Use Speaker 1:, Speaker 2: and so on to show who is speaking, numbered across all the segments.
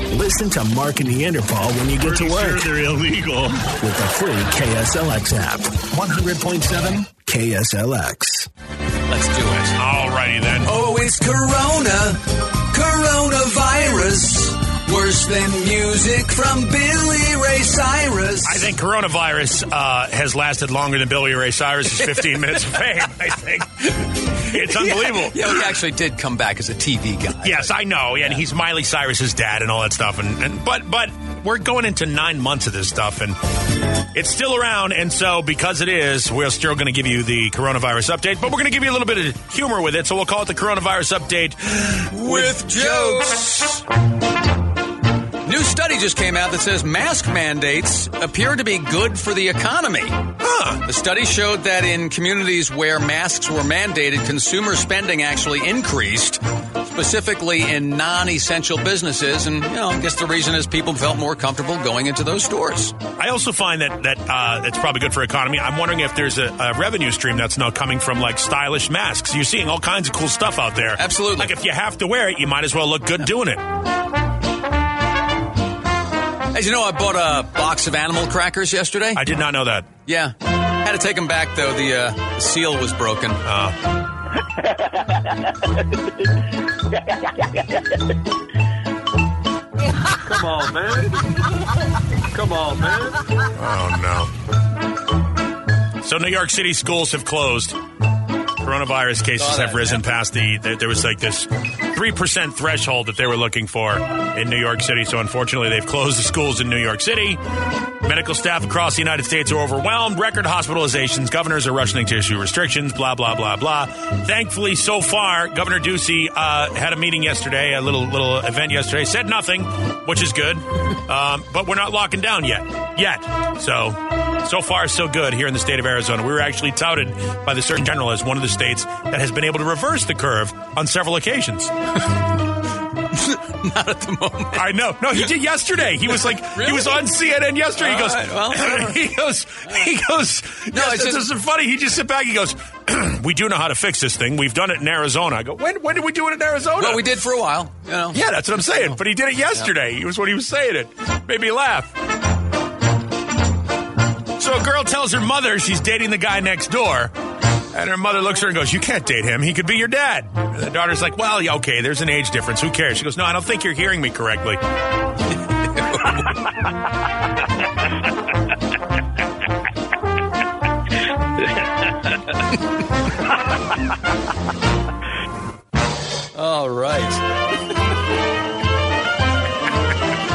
Speaker 1: Listen to Mark and Neanderthal when you get to work
Speaker 2: Sure they're illegal.
Speaker 1: with the free KSLX app. 100.7 KSLX.
Speaker 3: Let's do it.
Speaker 2: Alrighty then.
Speaker 3: Oh, it's Corona, coronavirus, worse than music from Billy Ray Cyrus.
Speaker 2: I think coronavirus uh, has lasted longer than Billy Ray Cyrus's 15 minutes of fame. I think it's unbelievable.
Speaker 3: Yeah, he actually did come back as a TV guy.
Speaker 2: Yes, I know, and he's Miley Cyrus's dad and all that stuff. And, and but but we're going into nine months of this stuff, and it's still around. And so because it is, we're still going to give you the coronavirus update, but we're going to give you a little bit of humor with it. So we'll call it the coronavirus update.
Speaker 3: with jokes. New study just came out that says mask mandates appear to be good for the economy. The study showed that in communities where masks were mandated, consumer spending actually increased, specifically in non-essential businesses. And you know, I guess the reason is people felt more comfortable going into those stores.
Speaker 2: I also find that that uh, it's probably good for economy. I'm wondering if there's a, a revenue stream that's now coming from like stylish masks. You're seeing all kinds of cool stuff out there.
Speaker 3: Absolutely.
Speaker 2: Like if you have to wear it, you might as well look good doing it.
Speaker 3: As you know, I bought a box of animal crackers yesterday.
Speaker 2: I did not know that.
Speaker 3: yeah, had to take them back though. The, uh, the seal was broken.
Speaker 4: Come on, man. Come on, man.
Speaker 2: Oh no! So New York City schools have closed. Coronavirus cases have risen past the. There, there was like this three percent threshold that they were looking for in New York City. So unfortunately, they've closed the schools in New York City. Medical staff across the United States are overwhelmed. Record hospitalizations. Governors are rushing to issue restrictions. Blah blah blah blah. Thankfully, so far, Governor Ducey uh, had a meeting yesterday, a little little event yesterday. Said nothing, which is good. Um, but we're not locking down yet. Yet. So so far so good here in the state of Arizona. We were actually touted by the Surgeon General as one of the states that has been able to reverse the curve on several occasions.
Speaker 3: Not at the moment.
Speaker 2: I know. No, he did yesterday. He was like, he was
Speaker 3: Really?
Speaker 2: on CNN yesterday. He
Speaker 3: All
Speaker 2: goes,
Speaker 3: right, well.
Speaker 2: he goes, he goes. No, it's
Speaker 3: it's just-
Speaker 2: just funny. He just sit back. He goes, we do know how to fix this thing. We've done it in Arizona. I go, when? When did we do it in Arizona?
Speaker 3: Well, we did Oh. for a while. You know.
Speaker 2: Yeah, that's what I'm saying. But he did it yesterday. He was when he was saying it. Made me laugh. So a girl tells her mother she's dating the guy next door. And her mother looks at her and goes, You can't date him. He could be your dad. And the daughter's like, Well, yeah, okay, there's an age difference. Who cares? She goes, No, I don't think you're hearing me correctly.
Speaker 3: All right.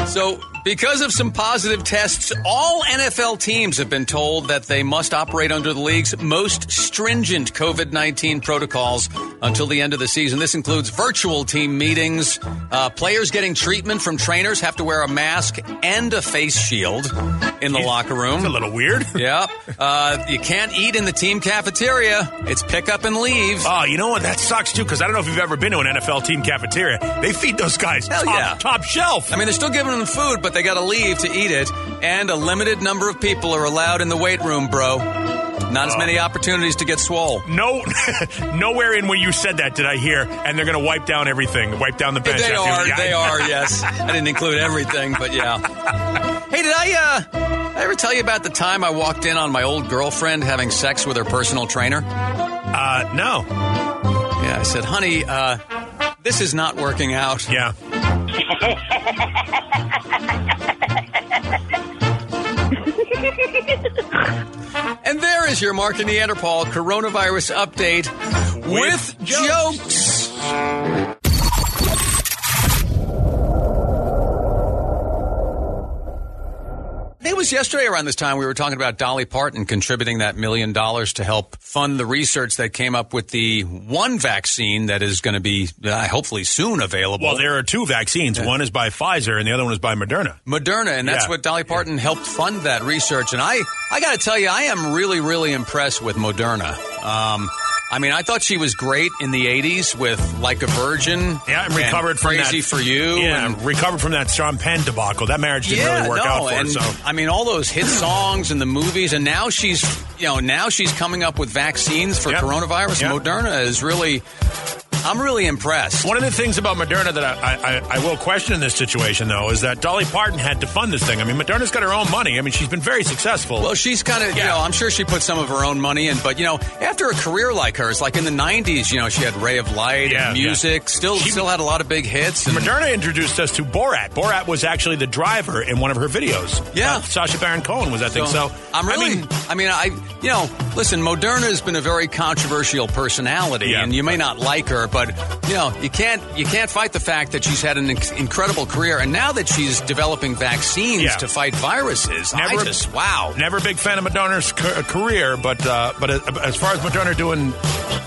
Speaker 3: so, because of some positive tests, all NFL teams have been told that they must operate under the league's most stringent COVID 19 protocols until the end of the season. This includes virtual team meetings, uh, players getting treatment from trainers have to wear a mask and a face shield in the locker room.
Speaker 2: It's a little weird.
Speaker 3: Yep. Uh, you can't eat in the team cafeteria. It's pick up and leave.
Speaker 2: Oh, you know what? That sucks too, because I don't know if you've ever been to an NFL team cafeteria. They feed those guys
Speaker 3: Hell
Speaker 2: top,
Speaker 3: yeah.
Speaker 2: top shelf.
Speaker 3: I mean, they're still giving them food, but they got to leave to eat it. And a limited number of people are allowed in the weight room, bro. Not as many opportunities to get swole.
Speaker 2: No, nowhere in where you said that did I hear. And they're going to wipe down everything, wipe down the bench.
Speaker 3: They
Speaker 2: after-
Speaker 3: are.
Speaker 2: Yeah,
Speaker 3: They
Speaker 2: I-
Speaker 3: are. Yes. I didn't include everything, but yeah. Hey, did I uh, did I ever tell you about the time I walked in on my old girlfriend having sex with her personal trainer?
Speaker 2: Uh, no.
Speaker 3: Yeah, I said, "Honey, uh, this is not working out."
Speaker 2: Yeah.
Speaker 3: And there is your Mark and Neanderthal coronavirus update with, jokes. I think It was yesterday around this time we were talking about Dolly Parton contributing that million dollars to help fund the research that came up with the one vaccine that is going to be uh, hopefully soon available.
Speaker 2: Well, there are two vaccines. One is by Pfizer, and the other one is by Moderna.
Speaker 3: Moderna, and that's
Speaker 2: Yeah.
Speaker 3: what Dolly Parton helped fund that research. And I, I got to tell you, I am really, really impressed with Moderna. Um, I mean, I thought she was great in the '80s with "Like a Virgin."
Speaker 2: Yeah, I'm
Speaker 3: and
Speaker 2: recovered from
Speaker 3: Crazy
Speaker 2: that.
Speaker 3: for you.
Speaker 2: Yeah,
Speaker 3: and,
Speaker 2: I'm recovered from that Sean Penn debacle. That marriage didn't
Speaker 3: yeah,
Speaker 2: really work
Speaker 3: no,
Speaker 2: out for her.
Speaker 3: and
Speaker 2: So
Speaker 3: I mean, all those hit songs and the movies, and now she's, you know, now she's coming up with vaccines for
Speaker 2: Yep.
Speaker 3: coronavirus.
Speaker 2: Yep.
Speaker 3: Moderna is really. I'm really impressed.
Speaker 2: One of the things about Moderna that I, I, I will question in this situation, though, is that Dolly Parton had to fund this thing. I mean, Moderna's got her own money. I mean, she's been very successful.
Speaker 3: Well, she's kind of, you
Speaker 2: Yeah.
Speaker 3: know, I'm sure she put some of her own money in, but you know, after a career like hers, like in the '90s, you know, she had Ray of Light
Speaker 2: Yeah,
Speaker 3: and music. Still,
Speaker 2: She-
Speaker 3: still had a lot of big hits. And,
Speaker 2: Moderna introduced us to Borat. Borat was actually the driver in one of her videos.
Speaker 3: Yeah.
Speaker 2: Uh, Sasha Baron Cohen was that thing. So,
Speaker 3: I'm really,
Speaker 2: I
Speaker 3: I
Speaker 2: mean,
Speaker 3: mean, I you know, listen, Moderna has been a very controversial personality,
Speaker 2: Yeah.
Speaker 3: and you may not like her, but you know, you can't you can't fight the fact that she's had an inc- incredible career, and now that she's developing vaccines
Speaker 2: Yeah.
Speaker 3: to fight viruses, I
Speaker 2: Never-
Speaker 3: just wow.
Speaker 2: Never a big fan of Madonna's ca- career, but uh, but uh, as far as Madonna doing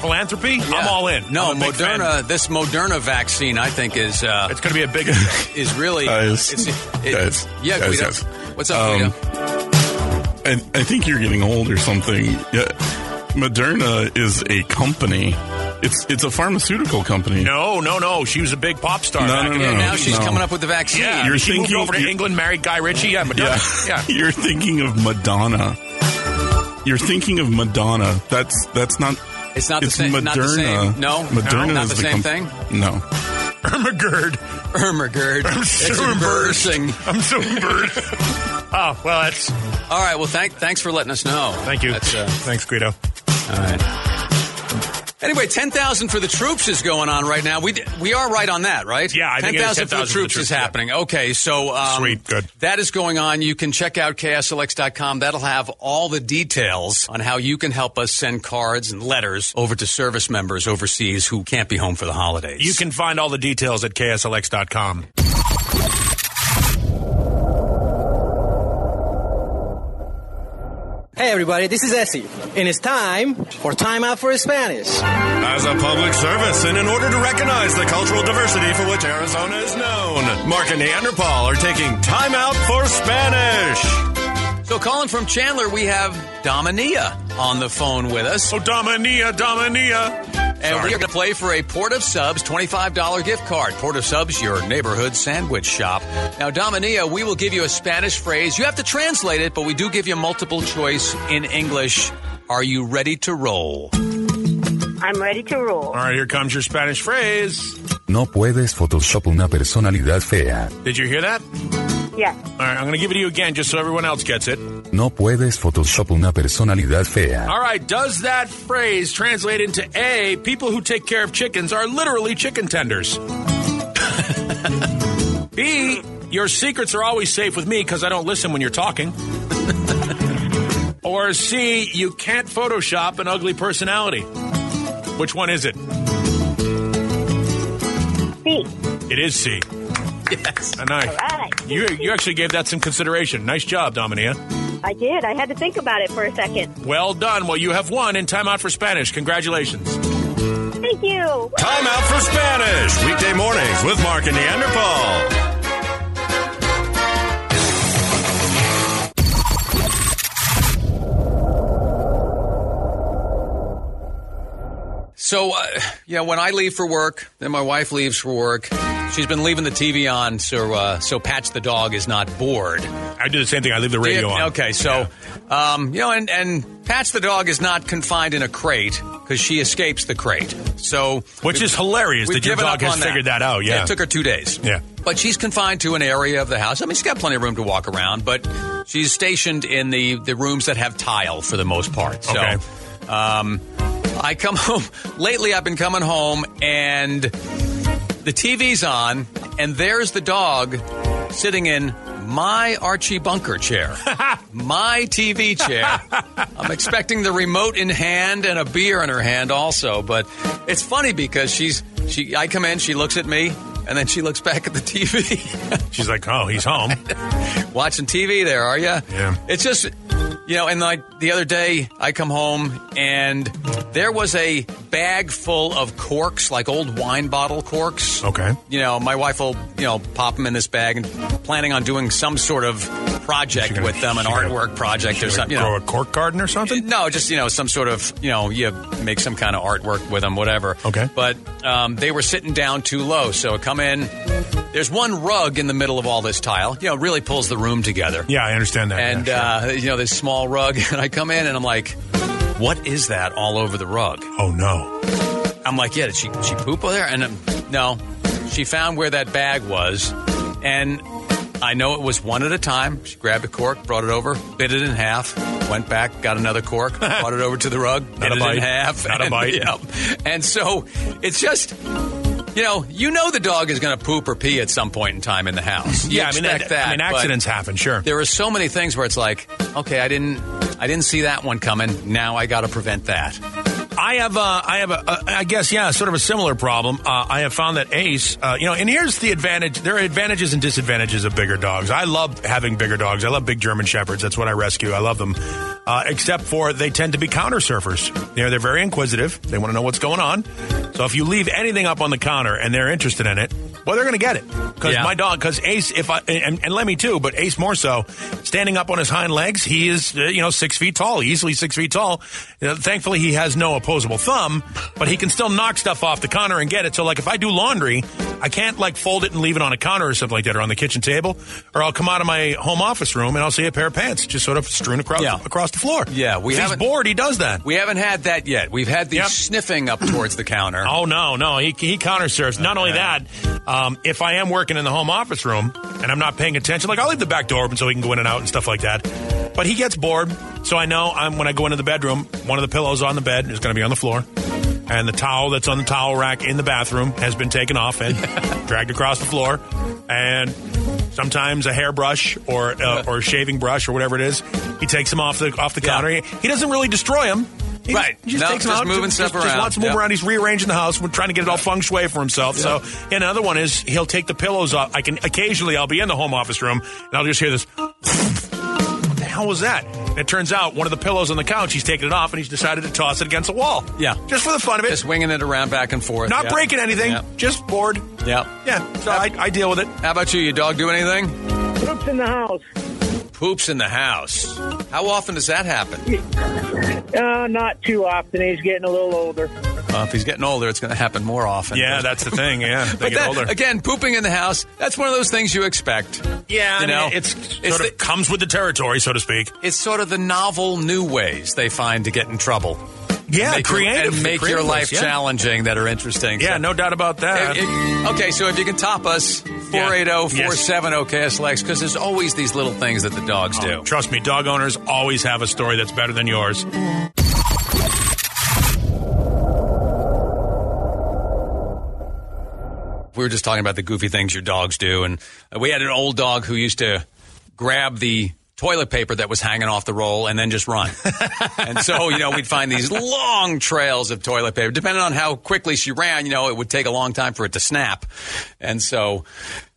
Speaker 2: philanthropy, I'm
Speaker 3: Yeah.
Speaker 2: all in.
Speaker 3: No,
Speaker 2: I'm a big fan.
Speaker 3: Moderna. This Moderna vaccine, I think, is uh,
Speaker 2: It's going to be a big. It's
Speaker 3: is really
Speaker 5: Guys,
Speaker 3: it's, it-
Speaker 5: guys,
Speaker 3: yeah.
Speaker 5: guys,
Speaker 3: Guido.
Speaker 5: guys.
Speaker 3: What's up, Guido?
Speaker 5: Um, And I think you're getting old or something. Yeah. Moderna is a company. It's it's a pharmaceutical company.
Speaker 2: no, no, no. She was a big pop star.
Speaker 5: No,
Speaker 2: back
Speaker 5: no,
Speaker 2: in the
Speaker 3: Yeah,
Speaker 5: no.
Speaker 3: now she's
Speaker 5: no.
Speaker 3: coming up with the vaccine.
Speaker 2: Yeah,
Speaker 5: You're
Speaker 2: she
Speaker 5: thinking-
Speaker 2: moved over to
Speaker 5: you-
Speaker 2: England, married Guy Ritchie. Yeah, Madonna.
Speaker 5: Yeah.
Speaker 2: Yeah,
Speaker 5: You're thinking of Madonna. You're thinking of Madonna. That's that's not
Speaker 3: It's not the
Speaker 5: it's
Speaker 3: same-
Speaker 5: Moderna.
Speaker 3: not the same- no?
Speaker 5: Moderna
Speaker 3: No? Not
Speaker 5: is
Speaker 3: the same
Speaker 5: com-
Speaker 3: thing?
Speaker 5: No.
Speaker 2: Irma Gerd.
Speaker 3: Ermagerd.
Speaker 2: I'm
Speaker 3: It's
Speaker 2: so embarrassed.
Speaker 3: embarrassing.
Speaker 2: I'm so embarrassed. oh well, that's
Speaker 3: All right. Well, thank, thanks for letting us know.
Speaker 2: thank you.
Speaker 3: That's, uh,
Speaker 2: Thanks, Guido.
Speaker 3: all right. Anyway, ten thousand for the troops is going on right now. We d- we are right on that, right?
Speaker 2: Yeah, I think it is
Speaker 3: thousand for
Speaker 2: 10,000 for the
Speaker 3: the troops is
Speaker 2: troops, yeah.
Speaker 3: happening. Okay, so um,
Speaker 2: Sweet, good.
Speaker 3: That is going on. You can check out kslx.com. That'll have all the details on how you can help us send cards and letters over to service members overseas who can't be home for the holidays.
Speaker 2: You can find all the details at kslx.com.
Speaker 6: Hey everybody, this is Essie, and it's time for Time Out for Spanish.
Speaker 7: As a public service, and in order to recognize the cultural diversity for which Arizona is known, Mark and Neanderthal are taking time out for Spanish.
Speaker 3: So, calling from Chandler, we have Dominia on the phone with us.
Speaker 2: Oh, Dominia, Dominia.
Speaker 3: And we are going to play for a Port of Subs $25 gift card. Port of Subs, your neighborhood sandwich shop. Now, Dominia, we will give you a Spanish phrase. You have to translate it, but we do give you multiple choice in English. Are you ready to roll?
Speaker 8: I'm ready to roll.
Speaker 2: All right, here comes your Spanish phrase.
Speaker 9: No puedes Photoshop una personalidad fea.
Speaker 2: Did you hear that?
Speaker 8: Yes.
Speaker 2: All right, I'm going to give it to you again just so everyone else gets it.
Speaker 9: No puedes Photoshop una personalidad fea.
Speaker 2: All right, does that phrase translate into A, people who take care of chickens are literally chicken tenders? B, your secrets are always safe with me because I don't listen when you're talking. or C, you can't Photoshop an ugly personality. Which one is it?
Speaker 8: B.
Speaker 2: It is C. Yes. And I,
Speaker 8: All right.
Speaker 2: you, you actually gave that some consideration. Nice job, Dominia.
Speaker 8: I did. I had to think about it for a second.
Speaker 2: Well done. Well, you have won in Time Out for Spanish. Congratulations.
Speaker 8: Thank you.
Speaker 7: Time out for Spanish, weekday mornings with Mark and Neanderthal.
Speaker 3: So, uh, yeah, when I leave for work, then my wife leaves for work. She's been leaving the TV on, so uh, so Patch the dog is not bored.
Speaker 2: I do the same thing. I leave the radio
Speaker 3: Yeah,
Speaker 2: on.
Speaker 3: Okay, so um, you know, and and Patch the dog is not confined in a crate because she escapes the crate. So
Speaker 2: Which is hilarious
Speaker 3: we've
Speaker 2: that your
Speaker 3: given
Speaker 2: dog
Speaker 3: up
Speaker 2: has
Speaker 3: on
Speaker 2: figured that out. Yeah.
Speaker 3: it took her two days.
Speaker 2: Yeah.
Speaker 3: but she's confined to an area of the house. I mean, she's got plenty of room to walk around, but she's stationed in the the rooms that have tile for the most part. So,
Speaker 2: Okay.
Speaker 3: um, I come home lately. I've been coming home and the TV's on, and there's the dog sitting in my Archie Bunker chair, my TV chair. I'm expecting the remote in hand and a beer in her hand also, but it's funny because she's she I come in, she looks at me, and then she looks back at the TV.
Speaker 2: She's like, oh, he's home.
Speaker 3: Watching TV there, are you?
Speaker 2: Yeah.
Speaker 3: It's just you know, and like the other day I come home and there was a bag full of corks, like old wine bottle corks
Speaker 2: okay.
Speaker 3: you know, my wife will, you know, pop them in this bag and planning on doing some sort of project
Speaker 2: She gonna-
Speaker 3: with them, an
Speaker 2: she gonna-
Speaker 3: artwork project
Speaker 2: Should
Speaker 3: or
Speaker 2: I
Speaker 3: something. You
Speaker 2: grow
Speaker 3: know.
Speaker 2: a cork garden or something?
Speaker 3: No, just you know, some sort of you know, you make some kind of artwork with them, whatever.
Speaker 2: Okay.
Speaker 3: But um, they were sitting down too low, so come in. There's one rug in the middle of all this tile. You know, it really pulls the room together.
Speaker 2: Yeah, I understand that.
Speaker 3: And
Speaker 2: Yeah, sure.
Speaker 3: uh, you know, this small uh, rug, and I come in and I'm like, "What is that all over the rug?"
Speaker 2: oh no,
Speaker 3: I'm like, yeah, did she she poop over there? And um, no, she found where that bag was, and I know it was one at a time. She grabbed a cork, brought it over, bit it in half, went back, got another cork, brought it over to the rug, bit
Speaker 2: a
Speaker 3: it
Speaker 2: bite.
Speaker 3: in half,
Speaker 2: Not a
Speaker 3: and-
Speaker 2: bite.
Speaker 3: yeah. And so it's just. You know, you know the dog is going to poop or pee at some point in time in the house. You
Speaker 2: Yeah, I mean,
Speaker 3: expect
Speaker 2: that-
Speaker 3: that.
Speaker 2: I mean,
Speaker 3: but-
Speaker 2: accidents happen, sure.
Speaker 3: there are so many things where it's like, okay, I didn't, I didn't see that one coming. Now I got to prevent that.
Speaker 2: I have, uh, I have, a, a, I guess, yeah, sort of a similar problem. Uh, I have found that Ace, uh, you know, and here's the advantage. There are advantages and disadvantages of bigger dogs. I love having bigger dogs. I love big German shepherds. That's what I rescue. I love them. Uh, except for they tend to be counter surfers. You know, they're very inquisitive. They want to know what's going on. So if you leave anything up on the counter and they're interested in it, well, they're going to get it because
Speaker 3: Yeah.
Speaker 2: my dog. Because Ace, if I and, and Lemmy too, but Ace more so, standing up on his hind legs, he is uh, you know six feet tall, easily six feet tall. Uh, thankfully, he has no opposable thumb, but he can still knock stuff off the counter and get it. So, like if I do laundry, I can't like fold it and leave it on a counter or something like that, or on the kitchen table, or I'll come out of my home office room and I'll see a pair of pants just sort of strewn across
Speaker 3: Yeah.
Speaker 2: across the floor.
Speaker 3: Yeah, we
Speaker 2: if he's
Speaker 3: haven't-
Speaker 2: bored, he does that.
Speaker 3: We haven't had that yet. We've had the
Speaker 2: Yep.
Speaker 3: sniffing up towards the counter.
Speaker 2: Oh no, no, he he counter serves. Not only that, um, if I am working in the home office room and I'm not paying attention, like I'll leave the back door open so he can go in and out and stuff like that. But he gets bored, so I know I'm when I go into the bedroom, one of the pillows on the bed is going to be on the floor, and the towel that's on the towel rack in the bathroom has been taken off and dragged across the floor, and. Sometimes a hairbrush or uh, or a shaving brush or whatever it is, he takes them off the off the
Speaker 3: Yeah.
Speaker 2: counter. He, he doesn't really destroy them. He
Speaker 3: Right.
Speaker 2: just, he just
Speaker 3: No,
Speaker 2: takes them
Speaker 3: just
Speaker 2: out,
Speaker 3: moving
Speaker 2: just,
Speaker 3: stuff
Speaker 2: just
Speaker 3: around.
Speaker 2: lots of move
Speaker 3: Yep.
Speaker 2: around. He's rearranging the house. We're trying to get it all feng shui for himself. So, and another one is he'll take the pillows off. I can occasionally I'll be in the home office room and I'll just hear this. What the hell was that? And it turns out one of the pillows on the couch. He's taken it off and he's decided to toss it against the wall.
Speaker 3: Yeah.
Speaker 2: just for the fun of it.
Speaker 3: Just winging it around back and forth.
Speaker 2: not
Speaker 3: Yeah.
Speaker 2: breaking anything.
Speaker 3: Yeah.
Speaker 2: Just bored.
Speaker 3: Yeah.
Speaker 2: Yeah. So I, I deal with it.
Speaker 3: How about you? Your dog do anything?
Speaker 4: Poops in the house.
Speaker 3: Poops in the house. How often does that happen?
Speaker 4: Uh, not too often. He's getting a little older.
Speaker 3: Well, if he's getting older, it's going to happen more often.
Speaker 2: Yeah, that's the thing. Yeah, they
Speaker 3: But
Speaker 2: get
Speaker 3: that,
Speaker 2: older.
Speaker 3: again, pooping in the house, that's one of those things you expect.
Speaker 2: yeah, I
Speaker 3: you
Speaker 2: mean,
Speaker 3: know,
Speaker 2: it's sort of
Speaker 3: the-
Speaker 2: comes with the territory, so to speak.
Speaker 3: It's sort of the novel new ways they find to get in trouble.
Speaker 2: Yeah,
Speaker 3: Make your-
Speaker 2: creative
Speaker 3: and make your
Speaker 2: creative
Speaker 3: life
Speaker 2: ways, yeah.
Speaker 3: challenging that are interesting.
Speaker 2: Yeah,
Speaker 3: So-
Speaker 2: no doubt about that.
Speaker 3: If- if- okay, so if you can top us, oh, 480-470-KSLX, because there's always these little things that the dogs
Speaker 2: Oh,
Speaker 3: do.
Speaker 2: Trust me, dog owners always have a story that's better than yours.
Speaker 3: We were just talking about the goofy things your dogs do, and we had an old dog who used to grab the toilet paper that was hanging off the roll and then just run. and so, you know, we'd find these long trails of toilet paper. Depending on how quickly she ran, you know, it would take a long time for it to snap. And so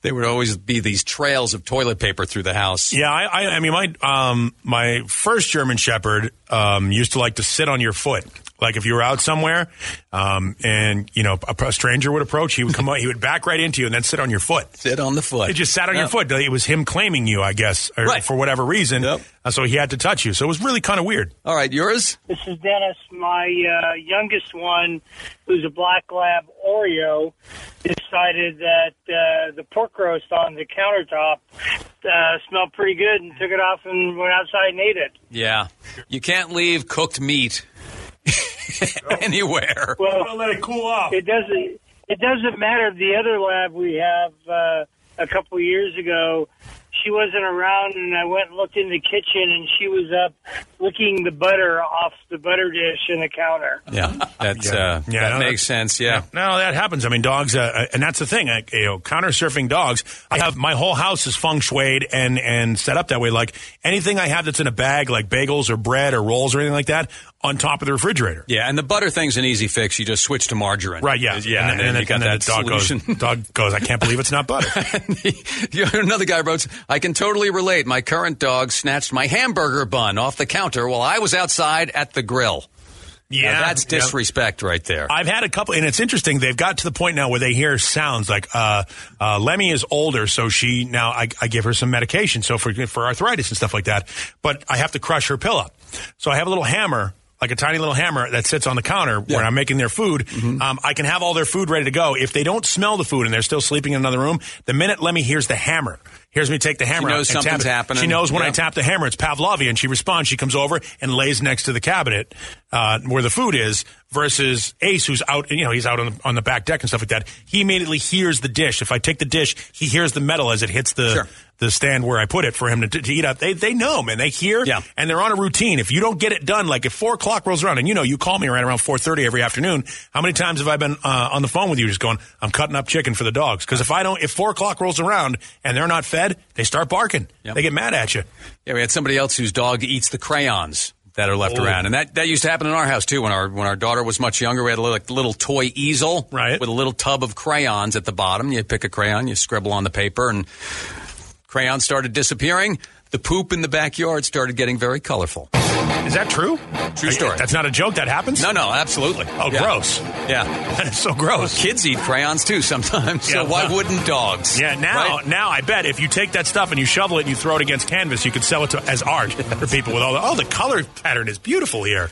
Speaker 3: there would always be these trails of toilet paper through the house.
Speaker 2: Yeah, I, I, I mean, my um, my first German Shepherd um, used to like to sit on your foot. Like if you were out somewhere, um, and you know a, a stranger would approach, he would come out, he would back right into you, and then sit on your foot.
Speaker 3: Sit on the foot.
Speaker 2: It just sat on
Speaker 3: Yeah.
Speaker 2: your foot. It was him claiming you, I guess, or
Speaker 3: Right.
Speaker 2: for whatever reason.
Speaker 3: Yep.
Speaker 2: Uh, so he had to touch you. So it was really kind of weird.
Speaker 3: All right, yours?
Speaker 4: This is Dennis. My uh, youngest one, who's a black lab Oreo, decided that uh, the pork roast on the countertop uh, smelled pretty good and took it off and went outside and ate it.
Speaker 3: Yeah. You can't leave cooked meat anywhere.
Speaker 4: Well,
Speaker 2: Oh. let it cool off.
Speaker 4: it doesn't. It doesn't matter. The other lab we have uh, a couple years ago, she wasn't around, and I went and looked in the kitchen, and she was up licking the butter off the butter dish in the counter.
Speaker 3: Yeah. That's uh
Speaker 2: Yeah,
Speaker 3: that
Speaker 2: no,
Speaker 3: makes
Speaker 2: that's-
Speaker 3: sense, yeah.
Speaker 2: No, that happens. I mean, dogs, uh, uh, and that's the thing. Like, you know, counter surfing dogs. I have my whole house is feng shuied and and set up that way. Like anything I have that's in a bag, like bagels or bread or rolls or anything like that, on top of the refrigerator.
Speaker 3: Yeah, and the butter thing's an easy fix. You just switch to margarine.
Speaker 2: Right. Yeah.
Speaker 3: Yeah, and, then, you got
Speaker 2: and then
Speaker 3: that
Speaker 2: the dog
Speaker 3: solution.
Speaker 2: goes. Dog goes. I can't believe it's not butter.
Speaker 3: You know, Another guy wrote, I can totally relate. My current dog snatched my hamburger bun off the counter while I was outside at the grill. Now,
Speaker 2: yeah,
Speaker 3: that's
Speaker 2: yeah.
Speaker 3: disrespect right there.
Speaker 2: I've had a couple, and it's interesting. They've got to the point now where they hear sounds like uh, uh, Lemmy is older, so she now I, I give her some medication, so for for arthritis and stuff like that. But I have to crush her pillow, so I have a little hammer. Like a tiny little hammer that sits on the counter where
Speaker 3: Yeah. Mm-hmm.
Speaker 2: I'm making their food. Um, I can have all their food ready to go. If they don't smell the food and they're still sleeping in another room, the minute Lemmy hears the hammer, hears me take the hammer.
Speaker 3: knows
Speaker 2: out and tap
Speaker 3: something's
Speaker 2: it.
Speaker 3: happening.
Speaker 2: She knows when I
Speaker 3: Yeah.
Speaker 2: tap the hammer, it's Pavlovian. She responds. She comes over and lays next to the cabinet uh, where the food is. Versus Ace, who's out. You know, he's out on the, on the back deck and stuff like that. He immediately hears the dish. If I take the dish, he hears the metal as it hits the
Speaker 3: Sure.
Speaker 2: the stand where I put it for him to, to eat up. They they know, man. They hear
Speaker 3: Yeah.
Speaker 2: and they're on a routine. If you don't get it done, like if four o'clock rolls around, and you know you call me right around four thirty every afternoon, how many times have I been uh, on the phone with you just going, "I'm cutting up chicken for the dogs"? Because if I don't, if four o'clock rolls around and they're not fed, they start barking.
Speaker 3: Yep.
Speaker 2: They get mad at you.
Speaker 3: Yeah, we had somebody else whose dog eats the crayons that are left
Speaker 2: Oh.
Speaker 3: around, and that, that used to happen in our house too. When our when our daughter was much younger, we had a little, like, little toy easel
Speaker 2: Right.
Speaker 3: with a little tub of crayons at the bottom. You pick a crayon, you scribble on the paper, and crayons started disappearing. The poop in the backyard started getting very colorful.
Speaker 2: Is that true?
Speaker 3: True story.
Speaker 2: That's not a joke. That happens.
Speaker 3: No, no, absolutely.
Speaker 2: Oh,
Speaker 3: Yeah.
Speaker 2: gross.
Speaker 3: Yeah,
Speaker 2: That's so gross.
Speaker 3: kids eat crayons too sometimes. So
Speaker 2: Yeah.
Speaker 3: why wouldn't dogs?
Speaker 2: Yeah, now,
Speaker 3: Right?
Speaker 2: now I bet if you take that stuff and you shovel it and you throw it against canvas, you could sell it to, as art for people with all the. Oh, the color pattern is beautiful here.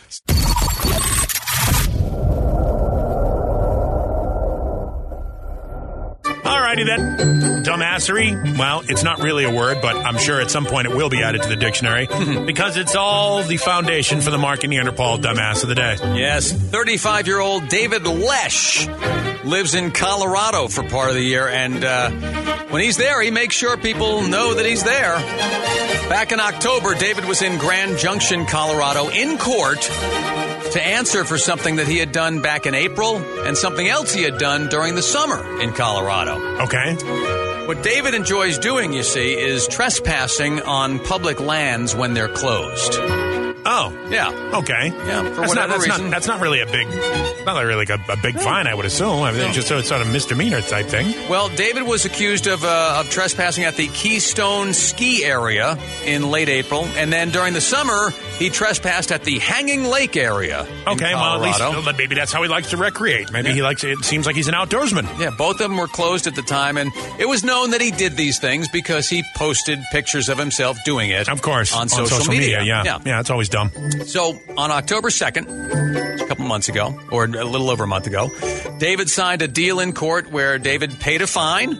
Speaker 2: Alrighty then. Dumbassery. Well, it's not really a word, but I'm sure at some point it will be added to the dictionary because it's all the foundation for the Mark and Neanderthal dumbass of the day.
Speaker 3: Yes, 35 year old David Lesh lives in Colorado for part of the year, and uh, when he's there, he makes sure people know that he's there. Back in October, David was in Grand Junction, Colorado, in court to answer for something that he had done back in April and something else he had done during the summer in Colorado.
Speaker 2: Okay?
Speaker 3: What David enjoys doing, you see, is trespassing on public lands when they're closed.
Speaker 2: Oh.
Speaker 3: Yeah.
Speaker 2: Okay.
Speaker 3: Yeah, for
Speaker 2: that's
Speaker 3: whatever
Speaker 2: not, that's
Speaker 3: reason.
Speaker 2: Not, that's not really a big, not really like a, a big fine, I would assume. I mean, it's just a sort of misdemeanor type thing.
Speaker 3: Well, David was accused of, uh, of trespassing at the Keystone Ski Area in late April, and then during the summer, he trespassed at the Hanging Lake area. in
Speaker 2: Okay, well, at least
Speaker 3: Colorado.
Speaker 2: well, maybe that's how he likes to recreate. Maybe he likes. It seems like he's an outdoorsman.
Speaker 3: Yeah, both of them were closed at the time, and it was known that he did these things because he posted pictures of himself doing it.
Speaker 2: Of course,
Speaker 3: on, social, media.
Speaker 2: yeah, yeah, it's always dumb.
Speaker 3: So on October 2nd, a couple months ago, or a little over a month ago, David signed a deal in court where David paid a fine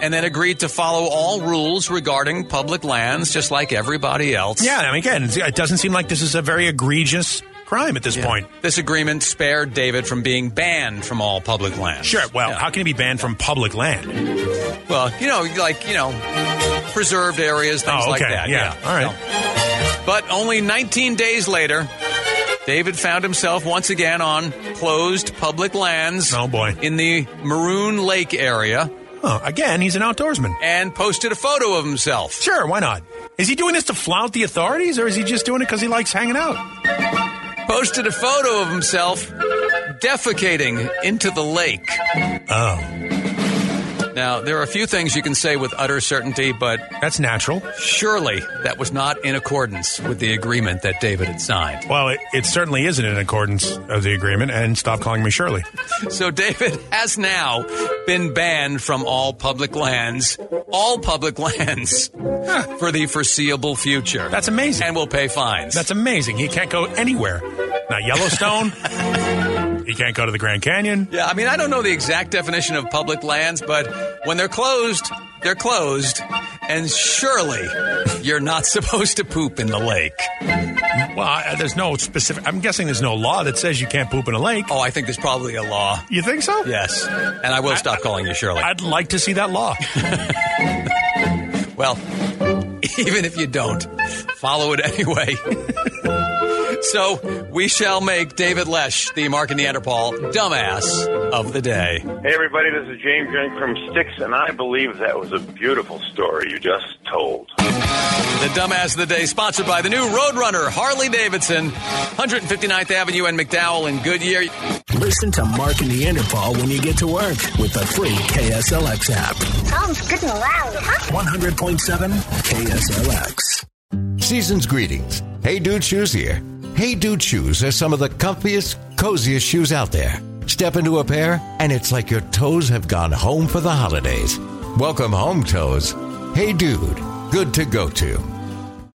Speaker 3: and then agreed to follow all rules regarding public lands, just like everybody else.
Speaker 2: Yeah, I mean, again, it's- it doesn't seem like this is a very egregious crime at this point.
Speaker 3: This agreement spared David from being banned from all public lands.
Speaker 2: Sure. Well,
Speaker 3: Yeah.
Speaker 2: how can he be banned from public land?
Speaker 3: Well, you know, like, you know, preserved areas, things
Speaker 2: Oh,
Speaker 3: like
Speaker 2: okay,
Speaker 3: that.
Speaker 2: yeah, all right.
Speaker 3: So- But only 19 days later, David found himself once again on closed public lands.
Speaker 2: Oh, boy.
Speaker 3: In the Maroon Lake area
Speaker 2: Huh, again, he's an outdoorsman.
Speaker 3: and posted a photo of himself.
Speaker 2: Sure, why not? Is he doing this to flout the authorities, or is he just doing it because he likes hanging out?
Speaker 3: Posted a photo of himself defecating into the lake.
Speaker 2: Oh,
Speaker 3: Now, there are a few things you can say with utter certainty, but
Speaker 2: that's natural.
Speaker 3: surely that was not in accordance with the agreement that David had signed.
Speaker 2: Well, it, it certainly isn't in accordance of the agreement, and stop calling me Shirley.
Speaker 3: So David has now been banned from all public lands, all public lands, for the foreseeable future.
Speaker 2: That's amazing.
Speaker 3: And will pay fines.
Speaker 2: That's amazing. He can't go anywhere. Not Yellowstone. he can't go to the Grand Canyon.
Speaker 3: yeah, I mean, I don't know the exact definition of public lands, but when they're closed, they're closed. And surely you're not supposed to poop in the lake.
Speaker 2: Well, I, there's no specific. I'm guessing there's no law that says you can't poop in a lake.
Speaker 3: Oh, I think there's probably a law.
Speaker 2: You think so?
Speaker 3: Yes. And I will stop calling you Shirley.
Speaker 2: I'd like to see that law.
Speaker 3: Well, even if you don't, follow it anyway. so we shall make David Lesh, the Mark and Neanderthal dumbass of the day.
Speaker 10: Hey, everybody, this is James Young from Sticks, and I believe that was a beautiful story you just told.
Speaker 3: The dumbass of the day, sponsored by the new Roadrunner Harley Davidson, 159th Avenue and McDowell in Goodyear.
Speaker 1: Listen to Mark and Neanderthal when you get to work with the free KSLX app.
Speaker 8: Sounds good and loud, huh?
Speaker 1: 100.7 KSLX.
Speaker 11: Season's greetings. Hey Dude Shoes here. Hey Dude Shoes are some of the comfiest, coziest shoes out there. Step into a pair, and it's like your toes have gone home for the holidays. Welcome home, toes. Hey Dude, good to go to.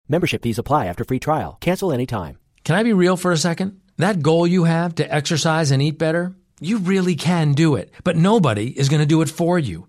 Speaker 6: Membership fees apply after free trial. Cancel anytime.
Speaker 12: Can I be real for a second? That goal you have to exercise and eat better, you really can do it, but nobody is going to do it for you.